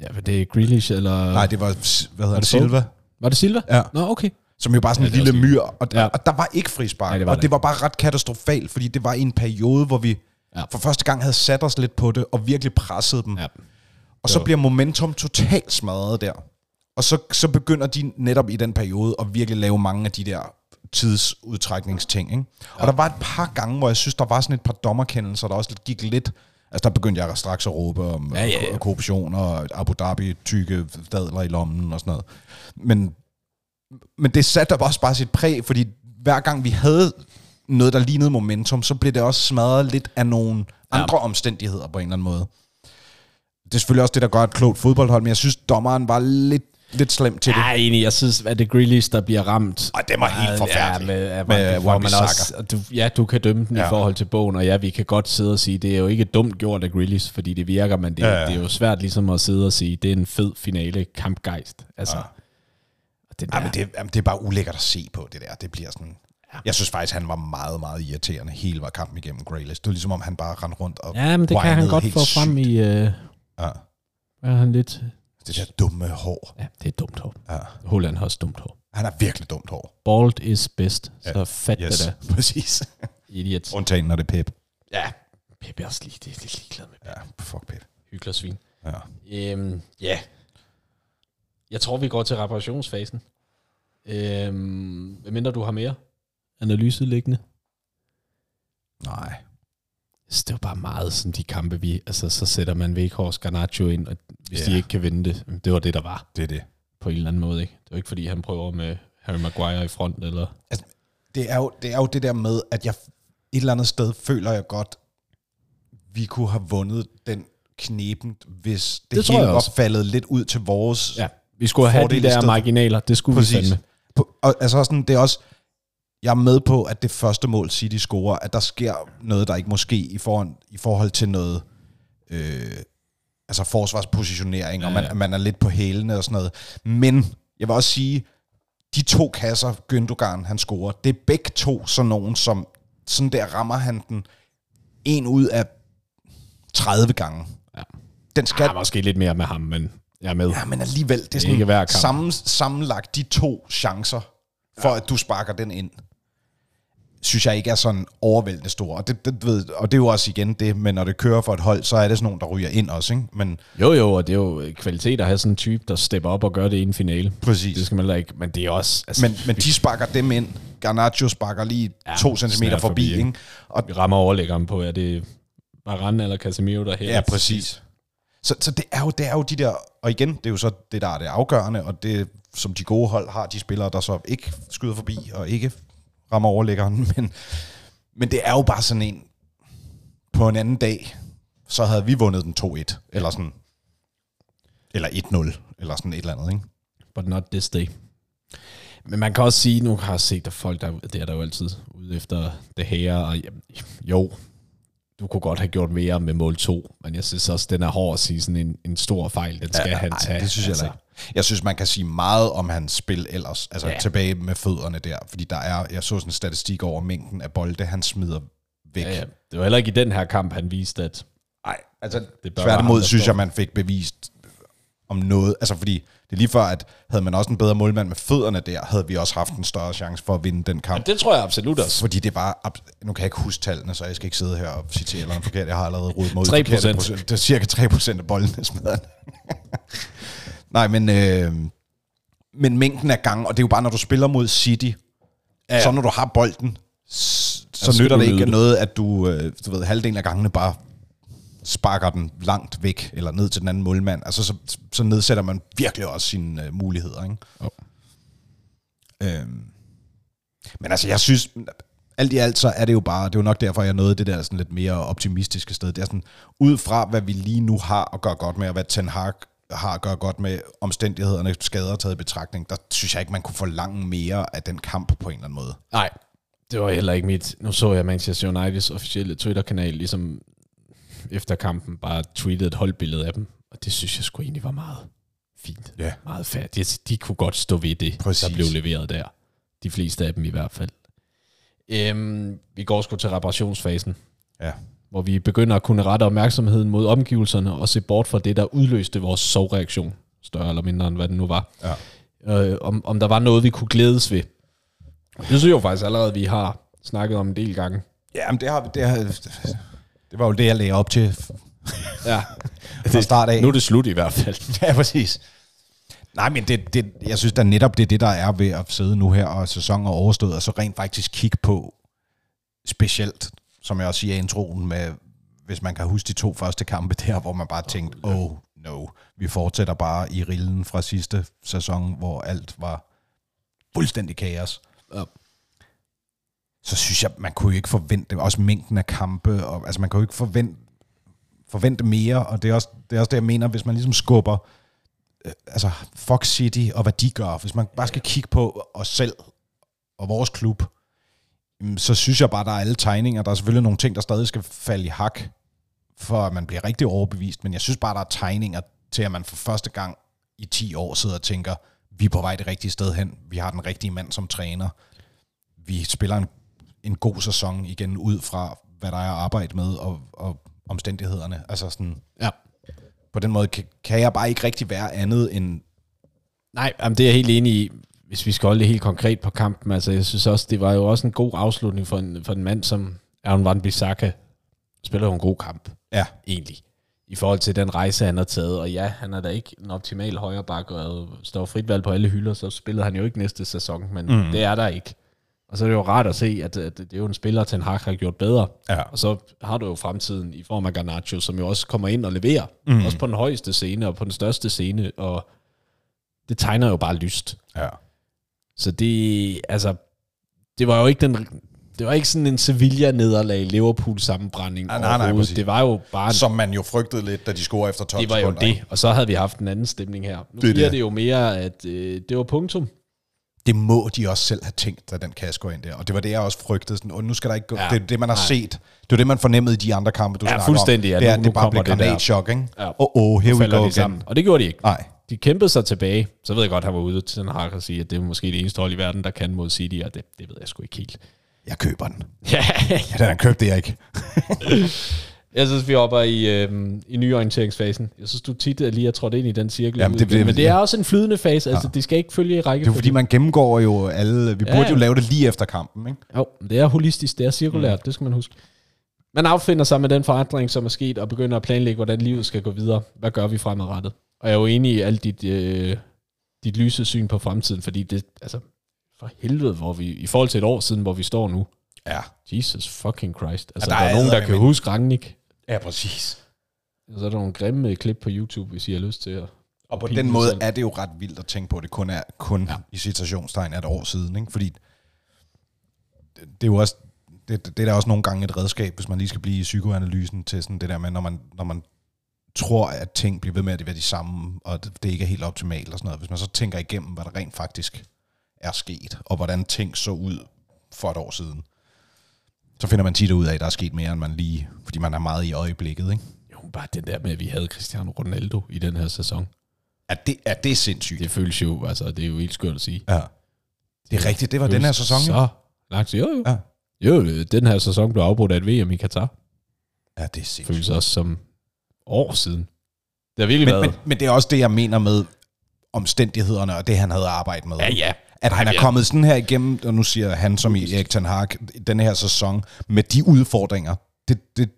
Speaker 3: ja, men det er Grealish, eller...
Speaker 2: nej, det var, hvad hedder han,
Speaker 3: det
Speaker 2: Silva?
Speaker 3: Var det Silva?
Speaker 2: Ja.
Speaker 3: Nå, okay.
Speaker 2: som jo bare er sådan en
Speaker 3: Ja, det er
Speaker 2: lille
Speaker 3: også
Speaker 2: myr, og, ja.
Speaker 3: Ja.
Speaker 2: og der var ikke frispark,
Speaker 3: Nej,
Speaker 2: det
Speaker 3: det
Speaker 2: var
Speaker 3: var
Speaker 2: og
Speaker 3: der
Speaker 2: det var bare ret katastrofalt, fordi det var i en periode, hvor vi ja.
Speaker 3: Ja.
Speaker 2: for første gang havde sat os lidt på det, og virkelig pressede dem, ja.
Speaker 3: Ja.
Speaker 2: og så
Speaker 3: var-
Speaker 2: bliver momentum totalt smadret der, og så, så begynder de netop i den periode at virkelig lave mange af de der tidsudtrækningsting, ikke? Ja. og der var et par gange, hvor jeg synes, der var sådan et par dommerkendelser, der også lidt gik lidt, altså der begyndte jeg straks at råbe om ja,
Speaker 3: Ja,
Speaker 2: ja,
Speaker 3: ja, ja.
Speaker 2: korruption og Abu Dhabi tykke dadler i lommen og sådan noget, men men det satte da også bare sit præg, fordi hver gang vi havde noget, der lignede momentum, så blev det også smadret lidt af nogle andre ja. omstændigheder på en eller anden måde. Det er selvfølgelig også det, der gør et klogt fodboldhold, men jeg synes, dommeren var lidt lidt slemt til det.
Speaker 3: Jeg er enig, jeg synes, at det er Grealish, der bliver ramt.
Speaker 2: Og det var helt forfærdeligt
Speaker 3: Ja, med, af
Speaker 2: med
Speaker 3: med hvor man
Speaker 2: Wan-Bissaka.
Speaker 3: også, og du, ja, du kan dømme den ja.
Speaker 2: Ja.
Speaker 3: i forhold til bogen, og ja, vi kan godt sidde og sige, det er jo ikke dumt gjort af Grealish, fordi det virker, men det,
Speaker 2: Ja,
Speaker 3: ja,
Speaker 2: ja.
Speaker 3: ja. det er jo svært ligesom at sidde og sige, det er en fed finale kampgejst. Altså, ja. den der,
Speaker 2: Ja. Jamen, det, jamen, det er bare ulækkert at se på, det der. Det bliver sådan... Ja. Jeg synes faktisk, han var meget, meget irriterende hele var kampen igennem Grealish. Det var ligesom om, han bare rendte rundt og
Speaker 3: ja, men det kan han
Speaker 2: whinede
Speaker 3: godt
Speaker 2: helt
Speaker 3: få frem
Speaker 2: sygt.
Speaker 3: i... Øh,
Speaker 2: Ja.
Speaker 3: er han lidt...
Speaker 2: Det der dumme hår.
Speaker 3: Ja, det er dumt hår.
Speaker 2: Ja.
Speaker 3: Holland har også dumt hår.
Speaker 2: Han har virkelig dumt hår.
Speaker 3: Bald is best, ja. så fat yes.
Speaker 2: Yes,
Speaker 3: det der,
Speaker 2: præcis.
Speaker 3: idiot.
Speaker 2: Undtagen, når det er Pep.
Speaker 3: Ja, Pep er også lige, det, det er ligeglad med
Speaker 2: Ja, fuck Pep.
Speaker 3: hyggeligt svin.
Speaker 2: Ja.
Speaker 3: Øhm, ja. Jeg tror, vi går til reparationsfasen. Øhm, hvad mindre du har mere analyse liggende?
Speaker 2: Nej.
Speaker 3: Så det er jo bare meget sådan de kampe, vi... Altså, så sætter man Vekhors Garnacho ind, og hvis
Speaker 2: Ja.
Speaker 3: de ikke kan vinde det, det var det, der var
Speaker 2: Det er det.
Speaker 3: på en eller anden måde, ikke? Det var ikke, fordi han prøver med Harry Maguire i front, eller...
Speaker 2: Altså, det, er jo, det er jo det der med, at jeg et eller andet sted føler jeg godt, vi kunne have vundet den knebent, hvis det,
Speaker 3: Det
Speaker 2: det
Speaker 3: tror
Speaker 2: hele
Speaker 3: jeg
Speaker 2: var
Speaker 3: også.
Speaker 2: faldet lidt ud til vores
Speaker 3: Ja, vi skulle have de
Speaker 2: Fordel i
Speaker 3: der
Speaker 2: stedet.
Speaker 3: marginaler, det skulle Præcis. vi
Speaker 2: Præcis.
Speaker 3: fandme.
Speaker 2: På, og, altså sådan, det er også, jeg er med på, at det første mål City scorer, at der sker noget, der ikke må ske i, forhold, i forhold til noget, øh, altså forsvarspositionering, ja, og man, ja. man er lidt på hælene og sådan noget. Men jeg vil også sige, de to kasser, Gündogan han scorer, det er begge to sådan nogen, som sådan der rammer han den en ud af 30 gange.
Speaker 3: Ja.
Speaker 2: Den skal,
Speaker 3: Der er måske lidt mere med ham, men jeg er med.
Speaker 2: Ja, Ah, men alligevel, det er, sådan,
Speaker 3: ikke hver kamp.
Speaker 2: Sammen, sammenlagt de to chancer, for ja. at du sparker den ind, synes jeg ikke er sådan overvældende stor. Og det, det, ved, og det er jo også igen det, men når det kører for et hold, så er det sådan nogen, der ryger ind også. Ikke? Men
Speaker 3: Jo, jo, og det er jo kvalitet at have sådan en type, der stepper op og gør det i en finale.
Speaker 2: Præcis.
Speaker 3: Det skal man heller ikke, men det er også... Altså,
Speaker 2: Men, men de sparker dem ind. Garnacho sparker lige ja, to centimeter
Speaker 3: snært
Speaker 2: forbi.
Speaker 3: forbi,
Speaker 2: forbi
Speaker 3: ikke?
Speaker 2: ikke? Og,
Speaker 3: vi rammer overlæggeren på, er det Varane eller Casemiro, der her?
Speaker 2: ja, præcis. Så, så det, er jo, det er jo de der... Og igen, det er jo så det, der er det afgørende, og det, som de gode hold har, de spillere, der så ikke skyder forbi og ikke rammer overlæggeren. Men, men det er jo bare sådan en... På en anden dag, så havde vi vundet den 2-1, eller sådan... Eller 1-0, eller sådan et eller andet, ikke?
Speaker 3: But not this day. Men man kan også sige, nu har jeg set, at folk der, det er der jo altid ude efter det her, og jamen, jo, du kunne godt have gjort mere med mål 2, men jeg synes også, den er hård at sige sådan en, en stor fejl, den skal ja, han
Speaker 2: Ej,
Speaker 3: tage.
Speaker 2: det synes jeg altså. ikke. Jeg synes, man kan sige meget om hans spil ellers. Altså ja.
Speaker 3: Ja.
Speaker 2: tilbage med fødderne der. Fordi der er, jeg så sådan en statistik over mængden af bolde, han smider væk.
Speaker 3: Ja,
Speaker 2: Nej,
Speaker 3: ja. Det var heller ikke i den her kamp, han viste, at
Speaker 2: altså
Speaker 3: det bør være ham,
Speaker 2: tværtimod
Speaker 3: der
Speaker 2: synes
Speaker 3: står.
Speaker 2: jeg, man fik bevist øh, om noget. Altså fordi, det er lige før, at havde man også en bedre målmand med fødderne der, havde vi også haft en større chance for at vinde den kamp.
Speaker 3: det tror jeg absolut også.
Speaker 2: Fordi det var... abs- Nu kan jeg ikke huske tallene, så jeg skal ikke sidde her og citere noget forkert. Jeg har allerede rodet mod
Speaker 3: 3%.
Speaker 2: Det er cirka 3% af boldene smadrer han. Nej, men, øh, men mængden af gange, og det er jo bare, når du spiller mod City, ja. så når du har bolden, s- så
Speaker 3: skal
Speaker 2: nytter
Speaker 3: du
Speaker 2: det ikke
Speaker 3: nyde det.
Speaker 2: noget, at du, øh, du ved, halvdelen af gangene bare sparker den langt væk, eller ned til den anden målmand. Altså, så, så nedsætter man virkelig også sine øh, muligheder, ikke?
Speaker 3: Jo.
Speaker 2: Øhm. Men altså, jeg synes, alt i alt, så er det jo bare, det er jo nok derfor, jeg nåede det der sådan lidt mere optimistiske sted. Det er sådan, ud fra hvad vi lige nu har at gøre godt med, og hvad Ten Hag har at gøre godt med omstændighederne, skader taget i betragtning, der synes jeg ikke, man kunne forlange mere af den kamp på en eller anden måde.
Speaker 3: Nej, det var heller ikke mit. Nu så jeg Manchester Uniteds officielle Twitter-kanal, ligesom efter kampen bare tweetede et holdbillede af dem, og det synes jeg sgu egentlig var meget fint.
Speaker 2: Ja.
Speaker 3: Meget fair. De, de kunne godt stå ved det,
Speaker 2: Præcis.
Speaker 3: der blev leveret der. De fleste af dem i hvert fald. Øhm, vi går sgu til reparationsfasen,
Speaker 2: Ja.
Speaker 3: hvor vi begynder at kunne rette opmærksomheden mod omgivelserne og se bort fra det, der udløste vores sovreaktion, større eller mindre end hvad den nu var
Speaker 2: ja.
Speaker 3: øh, om, om der var noget, vi kunne glædes ved. Det synes jeg jo faktisk allerede, vi har snakket om en del gange.
Speaker 2: Ja, men det, har, vi- det, har, det var jo det, jeg lagde op til
Speaker 3: Ja.
Speaker 2: fra start af.
Speaker 3: Nu er det slut i hvert fald.
Speaker 2: Ja, præcis. Nej, men det, det, jeg synes da netop, det er det, der er ved at sidde nu her, og sæsonen er overstået, og så rent faktisk kigge på, specielt, som jeg også siger i introen, med, hvis man kan huske de to første kampe der, hvor man bare tænkte, oh no, vi fortsætter bare i rillen fra sidste sæson, hvor alt var fuldstændig kaos
Speaker 3: Ja.
Speaker 2: så synes jeg, man kunne jo ikke forvente, også mængden af kampe, og, altså man kunne jo ikke forvente, forvente mere, og det er, også, det er også det, jeg mener, hvis man ligesom skubber øh, altså Fox City og hvad de gør. Hvis man bare skal kigge på os selv og vores klub, jamen, så synes jeg bare, der er alle tegninger. Der er selvfølgelig nogle ting, der stadig skal falde i hak, for at man bliver rigtig overbevist, men jeg synes bare, der er tegninger til, at man for første gang i 10 år sidder og tænker, vi er på vej det rigtige sted hen, vi har den rigtige mand som træner, vi spiller en, en god sæson igen ud fra, hvad der er at arbejde med og, og omstændighederne. Altså sådan,
Speaker 3: Ja.
Speaker 2: på den måde kan, kan jeg bare ikke rigtig være andet end...
Speaker 3: Nej, jamen, det er jeg helt enig i, hvis vi skal holde det helt konkret på kampen. Altså, jeg synes også, det var jo også en god afslutning for en, for en mand som Aaron Van Bissaka. Spiller jo en god kamp,
Speaker 2: Ja,
Speaker 3: egentlig, i forhold til den rejse, han har taget. Og ja, han er da ikke en optimal højre bak, og står fritvalg på alle hylder, så spillede han jo ikke næste sæson, men mm. det er der ikke. Og så er det jo rart at se, at, at det er jo en spiller, Ten Hag har gjort bedre.
Speaker 2: Ja.
Speaker 3: Og så har du jo fremtiden i form af Garnacho, som jo også kommer ind og leverer. Mm. Også på den højeste scene og på den største scene. Og det tegner jo bare lyst.
Speaker 2: ja.
Speaker 3: Så det, altså, det var jo ikke den... Det var ikke sådan en Sevilla-nederlag, Liverpool-sammenbrænding
Speaker 2: Ah, Nej, nej, nej,
Speaker 3: overhovedet.
Speaker 2: præcis.
Speaker 3: Det var jo bare en
Speaker 2: Som man jo frygtede lidt, da de scorede efter 12
Speaker 3: det var jo
Speaker 2: sekunder, ikke?
Speaker 3: det, og så havde vi haft en anden stemning her. Nu
Speaker 2: Det er
Speaker 3: det bliver
Speaker 2: det.
Speaker 3: det. det jo mere, at øh, det var punktum.
Speaker 2: det må de også selv have tænkt, da den kasse går ind der. Og det var det, jeg også frygtede. Sådan, "Åh, nu skal der ikke gå. Ja,
Speaker 3: Ja,
Speaker 2: det er det, man har
Speaker 3: nej.
Speaker 2: nej. set. Det er det, man fornemmede i de andre kampe, du
Speaker 3: Ja,
Speaker 2: snakker
Speaker 3: fuldstændig,
Speaker 2: om.
Speaker 3: ja.
Speaker 2: Det er, at
Speaker 3: Nu- nu
Speaker 2: det bare
Speaker 3: kommer
Speaker 2: blev
Speaker 3: det der.
Speaker 2: granatchok, ikke?
Speaker 3: Ja.
Speaker 2: Åh, oh, oh, here we
Speaker 3: Falder
Speaker 2: go
Speaker 3: de
Speaker 2: again.
Speaker 3: sammen. Og det gjorde de ikke.
Speaker 2: Nej,
Speaker 3: De kæmpede sig tilbage. Så ved jeg godt, at han var ude til den hak og sige, at det er måske det eneste hold i verden, der kan mod City, og det, det ved jeg sgu ikke helt.
Speaker 2: jeg køber den.
Speaker 3: Ja,
Speaker 2: Ja, den har købt det, jeg ikke.
Speaker 3: jeg synes, vi hopper i, øh, i nyorienteringsfasen. Jeg synes, du tit er lige er trådt ind i den cirkel.
Speaker 2: Jamen, det- det-
Speaker 3: Men det er også en flydende fase. Altså, det skal ikke følge i
Speaker 2: Det er jo,
Speaker 3: rækkefølge.
Speaker 2: fordi, man gennemgår jo alle... Vi
Speaker 3: Ja,
Speaker 2: burde jo
Speaker 3: ja.
Speaker 2: lave det lige efter kampen, ikke?
Speaker 3: Jo, men det er holistisk, det er cirkulært, mm. det skal man huske. Man affinder sig med den forandring, som er sket, og begynder at planlægge, hvordan livet skal gå videre. Hvad gør vi fremadrettet? Og jeg er jo enig i alt dit, øh, dit lyse syn på fremtiden, fordi det, altså, for helvede, hvor vi, i forhold til et år siden, hvor vi står nu,
Speaker 2: Ja.
Speaker 3: Jesus fucking Christ. Altså,
Speaker 2: Ja,
Speaker 3: ja,
Speaker 2: der er
Speaker 3: der, er nogen, der
Speaker 2: eddermame-
Speaker 3: kan huske Rangnick.
Speaker 2: Ja, præcis.
Speaker 3: Og så er der nogle grimme klip på YouTube, hvis I har lyst til at...
Speaker 2: Og på
Speaker 3: at pine
Speaker 2: den
Speaker 3: jer
Speaker 2: måde
Speaker 3: selv.
Speaker 2: er det jo ret vildt at tænke på, at det kun er kun ja. i citationstegn er et år siden, ikke? Fordi det, det er jo også... Det, det er da også nogle gange et redskab, hvis man lige skal blive i psykoanalysen til sådan det der med, når man, når man tror, at ting bliver ved med at være de samme, og det, det ikke er helt optimalt og sådan noget. Hvis man så tænker igennem, hvad der rent faktisk er sket, og hvordan ting så ud for et år siden, så finder man tit ud af, at der er sket mere, end man lige... Fordi man er meget i øjeblikket, ikke?
Speaker 3: Jo, bare den der med, at vi havde Cristiano Ronaldo i den her sæson.
Speaker 2: Er det, er det sindssygt?
Speaker 3: Det føles jo, altså, det er jo helt skørt at sige.
Speaker 2: Ja. Det er rigtigt, det var den her sæson, jo.
Speaker 3: Så langt. Jo, jo.
Speaker 2: Ja.
Speaker 3: Ja. Jo, den her sæson blev afbrudt af et VM i Katar.
Speaker 2: Ja, det er
Speaker 3: Det
Speaker 2: sindssygt.
Speaker 3: føles også som år siden. Det har virkelig
Speaker 2: Men,
Speaker 3: været...
Speaker 2: men, men det er også det, jeg mener med omstændighederne og det, han havde arbejdet med.
Speaker 3: ja, ja.
Speaker 2: At han er
Speaker 3: ja.
Speaker 2: kommet sådan her igennem, og nu siger han som i Erik Ten Hag, den her sæson, med de udfordringer, det, det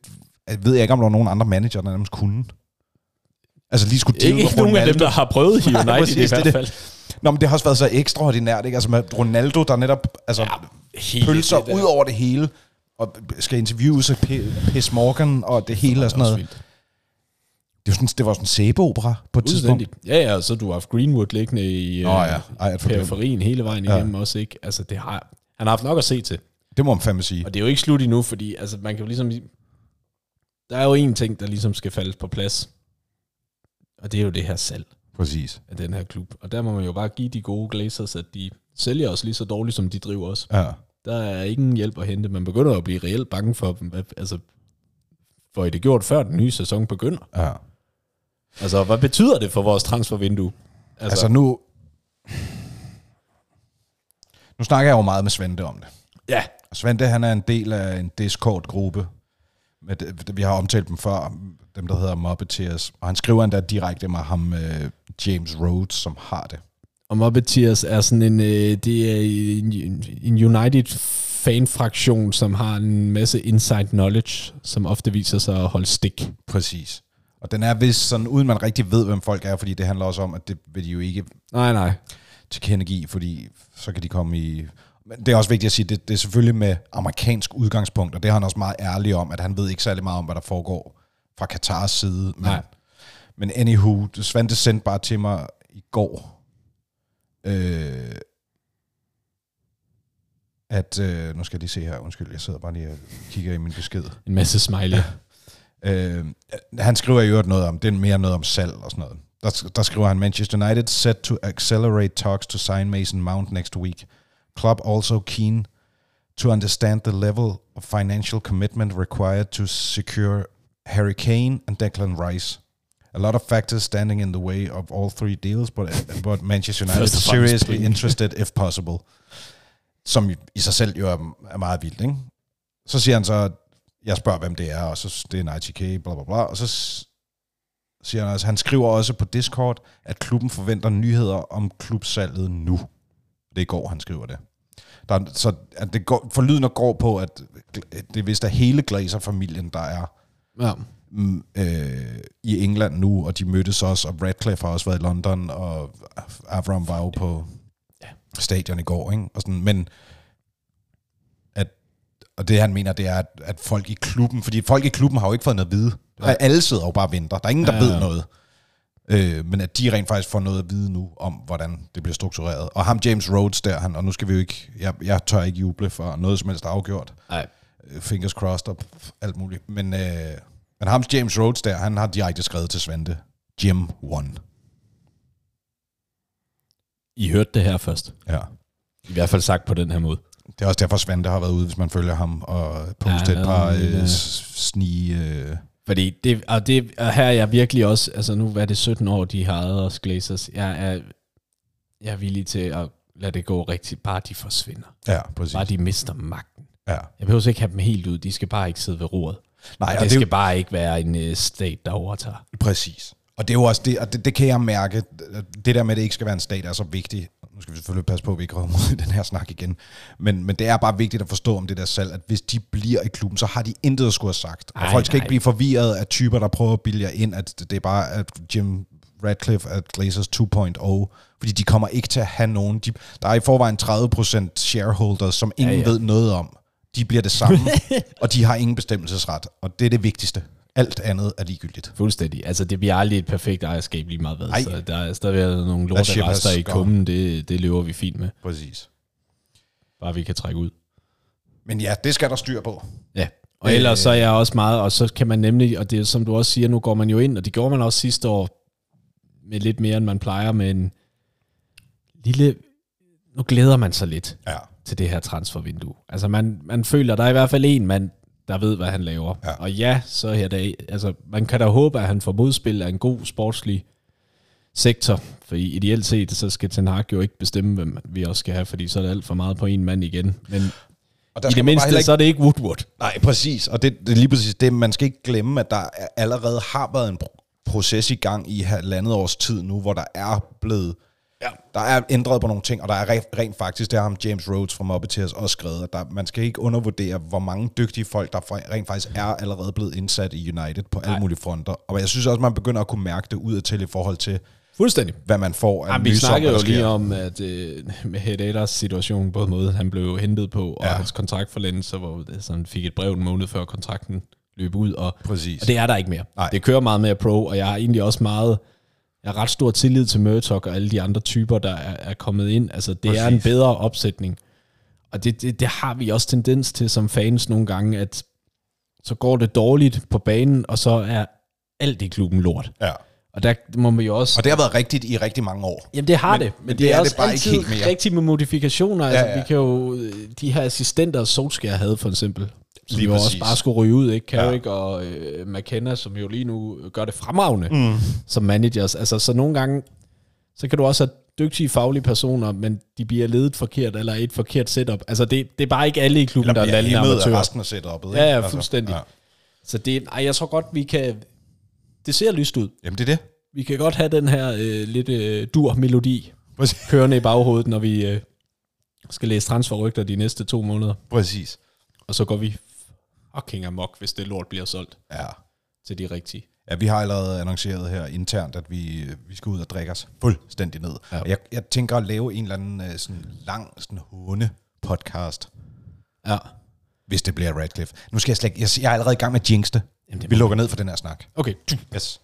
Speaker 2: jeg ved jeg ikke, om der var nogen andre manager, der nærmest kunne. Altså lige skulle
Speaker 3: Ikke,
Speaker 2: deale
Speaker 3: ikke
Speaker 2: med
Speaker 3: nogen af dem,
Speaker 2: Ronaldo.
Speaker 3: der har prøvet i United
Speaker 2: præcis,
Speaker 3: i
Speaker 2: det er
Speaker 3: hvert
Speaker 2: det.
Speaker 3: fald.
Speaker 2: Nå, men det har også været så ekstraordinært, ikke? Altså med Ronaldo, der netop altså, ja,
Speaker 3: Helt
Speaker 2: pølser ud over det hele, og skal interviews og P- Piss Morgan og det hele og sådan noget. Det var sådan, det var sådan en sæbeopera på et tidspunkt.
Speaker 3: Udstændigt. Ja, ja, og så du har haft Greenwood liggende i øh,
Speaker 2: Nå ja, Ej, at forglemme.
Speaker 3: periferien hele vejen igennem også, ikke? Altså, det har... Han har haft nok at se til.
Speaker 2: Det må man fandme sige.
Speaker 3: Og det er jo ikke slut endnu, fordi altså, man kan jo ligesom... Der er jo en ting, der ligesom skal falde på plads. Og det er jo det her salg.
Speaker 2: Præcis.
Speaker 3: af den her klub. Og der må man jo bare give de gode glazers, at de sælger os lige så dårligt, som de driver os.
Speaker 2: Ja.
Speaker 3: Der er ingen hjælp at hente. Man begynder at blive reelt bange for dem. Hvad- Altså, får I det gjort, før den nye sæson begynder?
Speaker 2: Ja.
Speaker 3: Altså, hvad betyder det for vores transfervindue?
Speaker 2: Altså nu... Nu snakker jeg jo meget med Svente om det.
Speaker 3: ja.
Speaker 2: Og Svente, han er en del af en Discord-gruppe. Med det, vi har omtalt dem før, dem der hedder Muppeteers. Og han skriver endda direkte med ham, øh, James Rhodes, som har det.
Speaker 3: Og Muppeteers er sådan en, øh, det er en, en United fanfraktion, som har en masse inside knowledge, som ofte viser sig at holde stik.
Speaker 2: Præcis. Og den er vist sådan, uden man rigtig ved, hvem folk er, fordi det handler også om, at det vil de jo ikke
Speaker 3: Nej, nej.
Speaker 2: tilkendegive, fordi så kan de komme i... Men det er også vigtigt at sige, det, det er selvfølgelig med amerikansk udgangspunkt, og det er han også meget ærlig om, at han ved ikke særlig meget om, hvad der foregår fra Katars side. Men,
Speaker 3: Nej.
Speaker 2: men anywho, Svante sendte bare til mig i går, øh, at... Øh, nu skal jeg lige se her, undskyld, jeg sidder bare lige og kigger i min besked.
Speaker 3: En masse smiley.
Speaker 2: Øh, han skriver jo noget om, det er mere noget om salg og sådan noget. der, der skriver han, Manchester United set to accelerate talks to sign Mason Mount next week. Club also keen to understand the level of financial commitment required to secure Harry Kane and Declan Rice. A lot of factors standing in the way of all three deals, but, but Manchester United
Speaker 3: Først og
Speaker 2: is
Speaker 3: fremmest
Speaker 2: seriously
Speaker 3: penge.
Speaker 2: interested if possible. Som jo i sig selv jo er, er meget vildt, ikke? Så siger han så, at jeg spørger, hvem det er, og så det er en ITK, bla bla bla, og så s- siger han også, han skriver også på Discord, at klubben forventer nyheder om klubsalget nu. Det er i går, han skriver det. Der er, så at det går, forlydende går på, at det er vist er hele Glazer-familien, der er
Speaker 3: Ja.
Speaker 2: mm, øh, i England nu, og de mødtes også, og Radcliffe har også været i London, og Avram var jo på
Speaker 3: Ja.
Speaker 2: stadion i går, ikke? Og sådan, men at, og det han mener, det er, at, at folk i klubben, fordi folk i klubben har jo ikke fået noget at vide. Ja. Alle sidder jo bare og venter. Der er ingen, der
Speaker 3: Ja,
Speaker 2: ja.
Speaker 3: ja.
Speaker 2: ved noget. Øh, men at de rent faktisk får noget at vide nu, om hvordan det bliver struktureret. Og ham James Rhodes der, han, og nu skal vi jo ikke, jeg, jeg tør ikke juble for noget som helst afgjort
Speaker 3: Nej.
Speaker 2: øh, fingers crossed og pff, alt muligt. Men, øh, men ham James Rhodes der, han har direkte skrevet til Svante, Jim won.
Speaker 3: I hørte det her først.
Speaker 2: Ja.
Speaker 3: I hvert fald sagt på den her måde.
Speaker 2: Det er også derfor, Svante har været ude, hvis man følger ham, og postet
Speaker 3: Ja,
Speaker 2: ja, et par
Speaker 3: han er en lille-
Speaker 2: øh, s- sni... Øh,
Speaker 3: Fordi det, og det, og her er jeg virkelig også, altså nu er det 17 år, de har ejet os Glazers. Jeg er, jeg er villig til at lade det gå rigtigt, bare de forsvinder.
Speaker 2: ja, præcis.
Speaker 3: Bare de mister magten.
Speaker 2: Ja.
Speaker 3: Jeg behøver så ikke have dem helt ud, de skal bare ikke sidde ved roret.
Speaker 2: Nej,
Speaker 3: Og
Speaker 2: og
Speaker 3: det
Speaker 2: det er jo-
Speaker 3: skal bare ikke være en øh, stat, der overtager.
Speaker 2: Præcis. Og det er jo også det, og det, det kan jeg mærke, det der med, at det ikke skal være en stat, er så vigtigt. Nu skal vi selvfølgelig passe på, at vi ikke kommer ud i den her snak igen. Men, men det er bare vigtigt at forstå om det der salg, at hvis de bliver i klubben, så har de intet at skulle have sagt. Og
Speaker 3: Ej,
Speaker 2: Ej, folk skal
Speaker 3: nej.
Speaker 2: ikke blive forvirret af typer, der prøver at bilde jer ind, at det er bare at Jim Radcliffe at Glazers 2.0, fordi de kommer ikke til at have nogen. De, der er i forvejen 30% shareholders, som ingen ja,
Speaker 3: ja.
Speaker 2: ja. ved noget om. De bliver det samme, og de har ingen bestemmelsesret. Og det er det vigtigste. Alt andet er ligegyldigt.
Speaker 3: Fuldstændig. Altså, det bliver aldrig et perfekt ejerskab lige meget hvad.
Speaker 2: Ej.
Speaker 3: Så der er stadigvæk nogle
Speaker 2: ship has
Speaker 3: lorterester i
Speaker 2: gone.
Speaker 3: kummen, det, det løber vi fint med.
Speaker 2: Præcis.
Speaker 3: Bare vi kan trække ud.
Speaker 2: Men ja, det skal der styr på.
Speaker 3: Ja, og ellers så er jeg også meget, og så kan man nemlig, og det er som du også siger, nu går man jo ind, og det gjorde man også sidste år, med lidt mere end man plejer, men lille, nu glæder man sig lidt
Speaker 2: Ja.
Speaker 3: til det her transfervindue. Altså man, man føler, der er i hvert fald en mand, der ved, hvad han laver.
Speaker 2: Ja.
Speaker 3: Og ja, så her dag, altså man kan da håbe, at han får modspil af en god sportslig sektor, for ideelt set, så skal Ten Hag jo ikke bestemme, hvem vi også skal have, fordi så er det alt for meget på en mand igen. Men
Speaker 2: Og der
Speaker 3: i det
Speaker 2: man bare
Speaker 3: mindste,
Speaker 2: heller
Speaker 3: ikke... så er det ikke Woodward.
Speaker 2: Nej, præcis. Og det, det er lige præcis det, man skal ikke glemme, at der er- allerede har været en pro- proces i gang i halvandet års tid nu, hvor der er blevet... Ja. Der er ændret på nogle ting, og der er re- rent faktisk, det har ham James Rhodes fra Mobbet til os også skrevet, at der, man skal ikke undervurdere, hvor mange dygtige folk, der fra- rent faktisk er allerede blevet indsat i United på alle
Speaker 3: Nej.
Speaker 2: mulige fronter. Og jeg synes også, man begynder at kunne mærke det ud til i forhold til,
Speaker 3: Fuldstændig.
Speaker 2: hvad man får af
Speaker 3: Jamen, vi
Speaker 2: nye sommer,
Speaker 3: snakkede
Speaker 2: der
Speaker 3: jo
Speaker 2: sker.
Speaker 3: lige om, at øh, med Hedaders situation, både måde han blev hentet på, og ja.
Speaker 2: Ja.
Speaker 3: hans kontraktforlængelse, hvor det- så han fik et brev en måned før kontrakten løb ud, og,
Speaker 2: Præcis.
Speaker 3: og det er der ikke mere.
Speaker 2: Nej.
Speaker 3: Det kører meget mere pro, og jeg har egentlig også meget, jeg har ret stor tillid til Murtok og alle de andre typer, der er, er kommet ind. Altså, det Præcis. er en
Speaker 2: Præcis.
Speaker 3: bedre opsætning. Og det, det, det har vi også tendens til som fans nogle gange, at så går det dårligt på banen, og så er alt i klubben lort.
Speaker 2: Ja.
Speaker 3: Og der må man jo også
Speaker 2: Og det har været rigtigt i rigtig mange år.
Speaker 3: Jamen det har men, det, men, det, er, også det bare altid ikke
Speaker 2: helt mere.
Speaker 3: rigtigt med modifikationer. Altså, ja,
Speaker 2: Ja,
Speaker 3: ja.
Speaker 2: ja.
Speaker 3: Vi kan jo, de her assistenter, Solskjaer havde for eksempel, som
Speaker 2: Lige
Speaker 3: jo også
Speaker 2: præcis.
Speaker 3: bare skulle ryge ud, ikke?
Speaker 2: Ja.
Speaker 3: Carrick ja. og øh, McKenna, som jo lige nu gør det fremragende mm. som managers. Altså, så nogle gange, så kan du også have dygtige faglige personer, men de bliver ledet forkert, eller i et forkert setup. Altså, det, det er bare ikke alle i klubben,
Speaker 2: Eller
Speaker 3: der er
Speaker 2: bliver
Speaker 3: landende
Speaker 2: hæmmet af
Speaker 3: amatører.
Speaker 2: resten af setup'et. ikke?
Speaker 3: Ja, ja,
Speaker 2: Altså,
Speaker 3: fuldstændig. Så det, ej, jeg tror godt, vi kan... Det ser lyst ud.
Speaker 2: Jamen, det er det.
Speaker 3: Vi kan godt have den her øh, lidt øh, dur-melodi,
Speaker 2: Præcis.
Speaker 3: kørende i baghovedet, når vi øh, skal læse transferrygter de næste to måneder.
Speaker 2: Præcis.
Speaker 3: Og så går vi fucking amok, hvis det lort bliver solgt
Speaker 2: Ja.
Speaker 3: til de rigtige.
Speaker 2: ja, vi har allerede annonceret her internt, at vi, vi skal ud og drikke os fuldstændig ned.
Speaker 3: Ja.
Speaker 2: Ja. Jeg, jeg tænker at lave en eller anden øh, sådan lang sådan hunde-podcast,
Speaker 3: Ja.
Speaker 2: hvis det bliver Radcliffe. Nu skal jeg slet ikke- jeg, jeg er allerede i gang med at jinx det.
Speaker 3: Jamen, det
Speaker 2: Vi
Speaker 3: må-
Speaker 2: lukker ned for den her snak.
Speaker 3: Okay.
Speaker 2: Yes.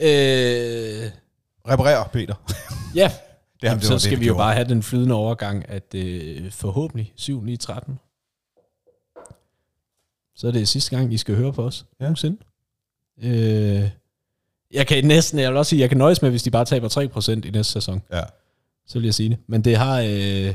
Speaker 3: Øh,
Speaker 2: Reparer, Peter.
Speaker 3: ja.
Speaker 2: Det,
Speaker 3: Jamen,
Speaker 2: det
Speaker 3: så
Speaker 2: var det,
Speaker 3: skal
Speaker 2: vi
Speaker 3: vi jo
Speaker 2: gjorde.
Speaker 3: bare have den flydende overgang, at øh, forhåbentlig 7 9 13 så er det sidste gang, I skal høre på os.
Speaker 2: Ja.
Speaker 3: Nogensinde. Øh, Jeg kan næsten, jeg vil også sige, jeg kan nøjes med, hvis de bare taber 3% i næste sæson.
Speaker 2: Ja.
Speaker 3: Så vil jeg sige det. Men det har, øh,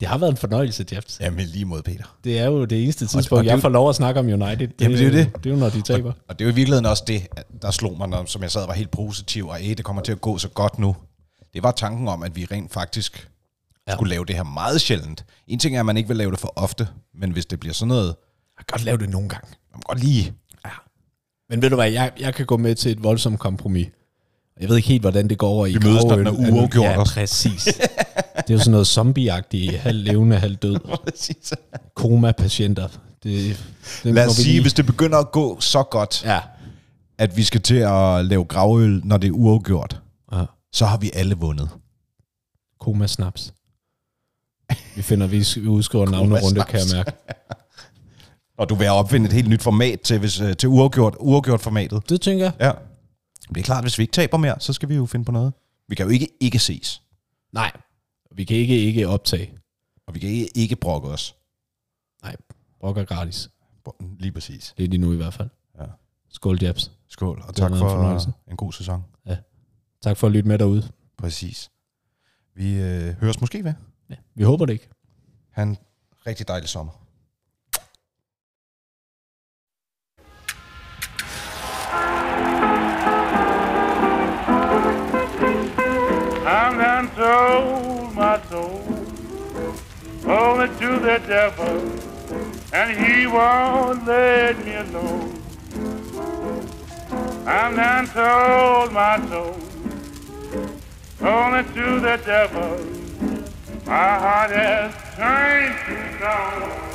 Speaker 3: det har været en fornøjelse, Jeff.
Speaker 2: Jamen lige mod Peter.
Speaker 3: Det er jo det eneste tidspunkt,
Speaker 2: og det-
Speaker 3: jeg får lov at snakke om United. Det,
Speaker 2: Jamen, det er jo det.
Speaker 3: Det er jo, når de taber.
Speaker 2: Og det er jo i virkeligheden også det, der slog mig, når, som jeg sad og var helt positiv, og æh, det kommer til at gå så godt nu. Det var tanken om, at vi rent faktisk ja. skulle lave det her meget sjældent. En ting er, at man ikke vil lave det for ofte, men hvis det bliver sådan noget,
Speaker 3: Jeg kan godt lave det nogle gange.
Speaker 2: man kan godt lige...
Speaker 3: Men ved du hvad, jeg, jeg kan gå med til et voldsomt kompromis. Jeg ved ikke helt, hvordan det går over i
Speaker 2: Vi mødes, når
Speaker 3: Gravøl.
Speaker 2: den er uafgjort
Speaker 3: Ja,
Speaker 2: også.
Speaker 3: præcis. Det er jo sådan noget zombieagtigt, halv levende, halv død.
Speaker 2: Præcis.
Speaker 3: Koma-patienter. Det, det
Speaker 2: Lad
Speaker 3: må
Speaker 2: os
Speaker 3: vi
Speaker 2: sige,
Speaker 3: lige-
Speaker 2: hvis det begynder at gå så godt, ja.
Speaker 3: Ja.
Speaker 2: at vi skal til at lave gravøl, når det er uafgjort,
Speaker 3: ja.
Speaker 2: så har vi alle vundet.
Speaker 3: Ah, Koma-snaps. Vi finder, vi udskriver navnerunde, kan jeg mærke.
Speaker 2: Og du vil opfinde et helt nyt format til, hvis, øh, til uafgjort, uafgjort formatet.
Speaker 3: Det tænker jeg.
Speaker 2: Ja. Det er klart, hvis vi ikke taber mere, så skal vi jo finde på noget. Vi kan jo ikke ikke ses,
Speaker 3: Nej, vi kan ikke ikke optage.
Speaker 2: og vi kan ikke, ikke brokke os.
Speaker 3: Nej, brokker gratis.
Speaker 2: Bro- Lige præcis.
Speaker 3: Det er de nu i hvert fald.
Speaker 2: Ja.
Speaker 3: Skål, Jabs.
Speaker 2: Skål, og
Speaker 3: Det har
Speaker 2: tak
Speaker 3: været en
Speaker 2: for
Speaker 3: fornøjelse.
Speaker 2: øh, en god sæson.
Speaker 3: Tak for at lytte med derude.
Speaker 2: Præcis. Vi øh, høres måske ved.
Speaker 3: Ja. Vi håber det ikke.
Speaker 2: Han en rigtig dejlig sommer.
Speaker 1: I'm done sold my soul only to the devil, and he won't let me alone. I'm done sold my soul only to the devil. My heart has turned to stone.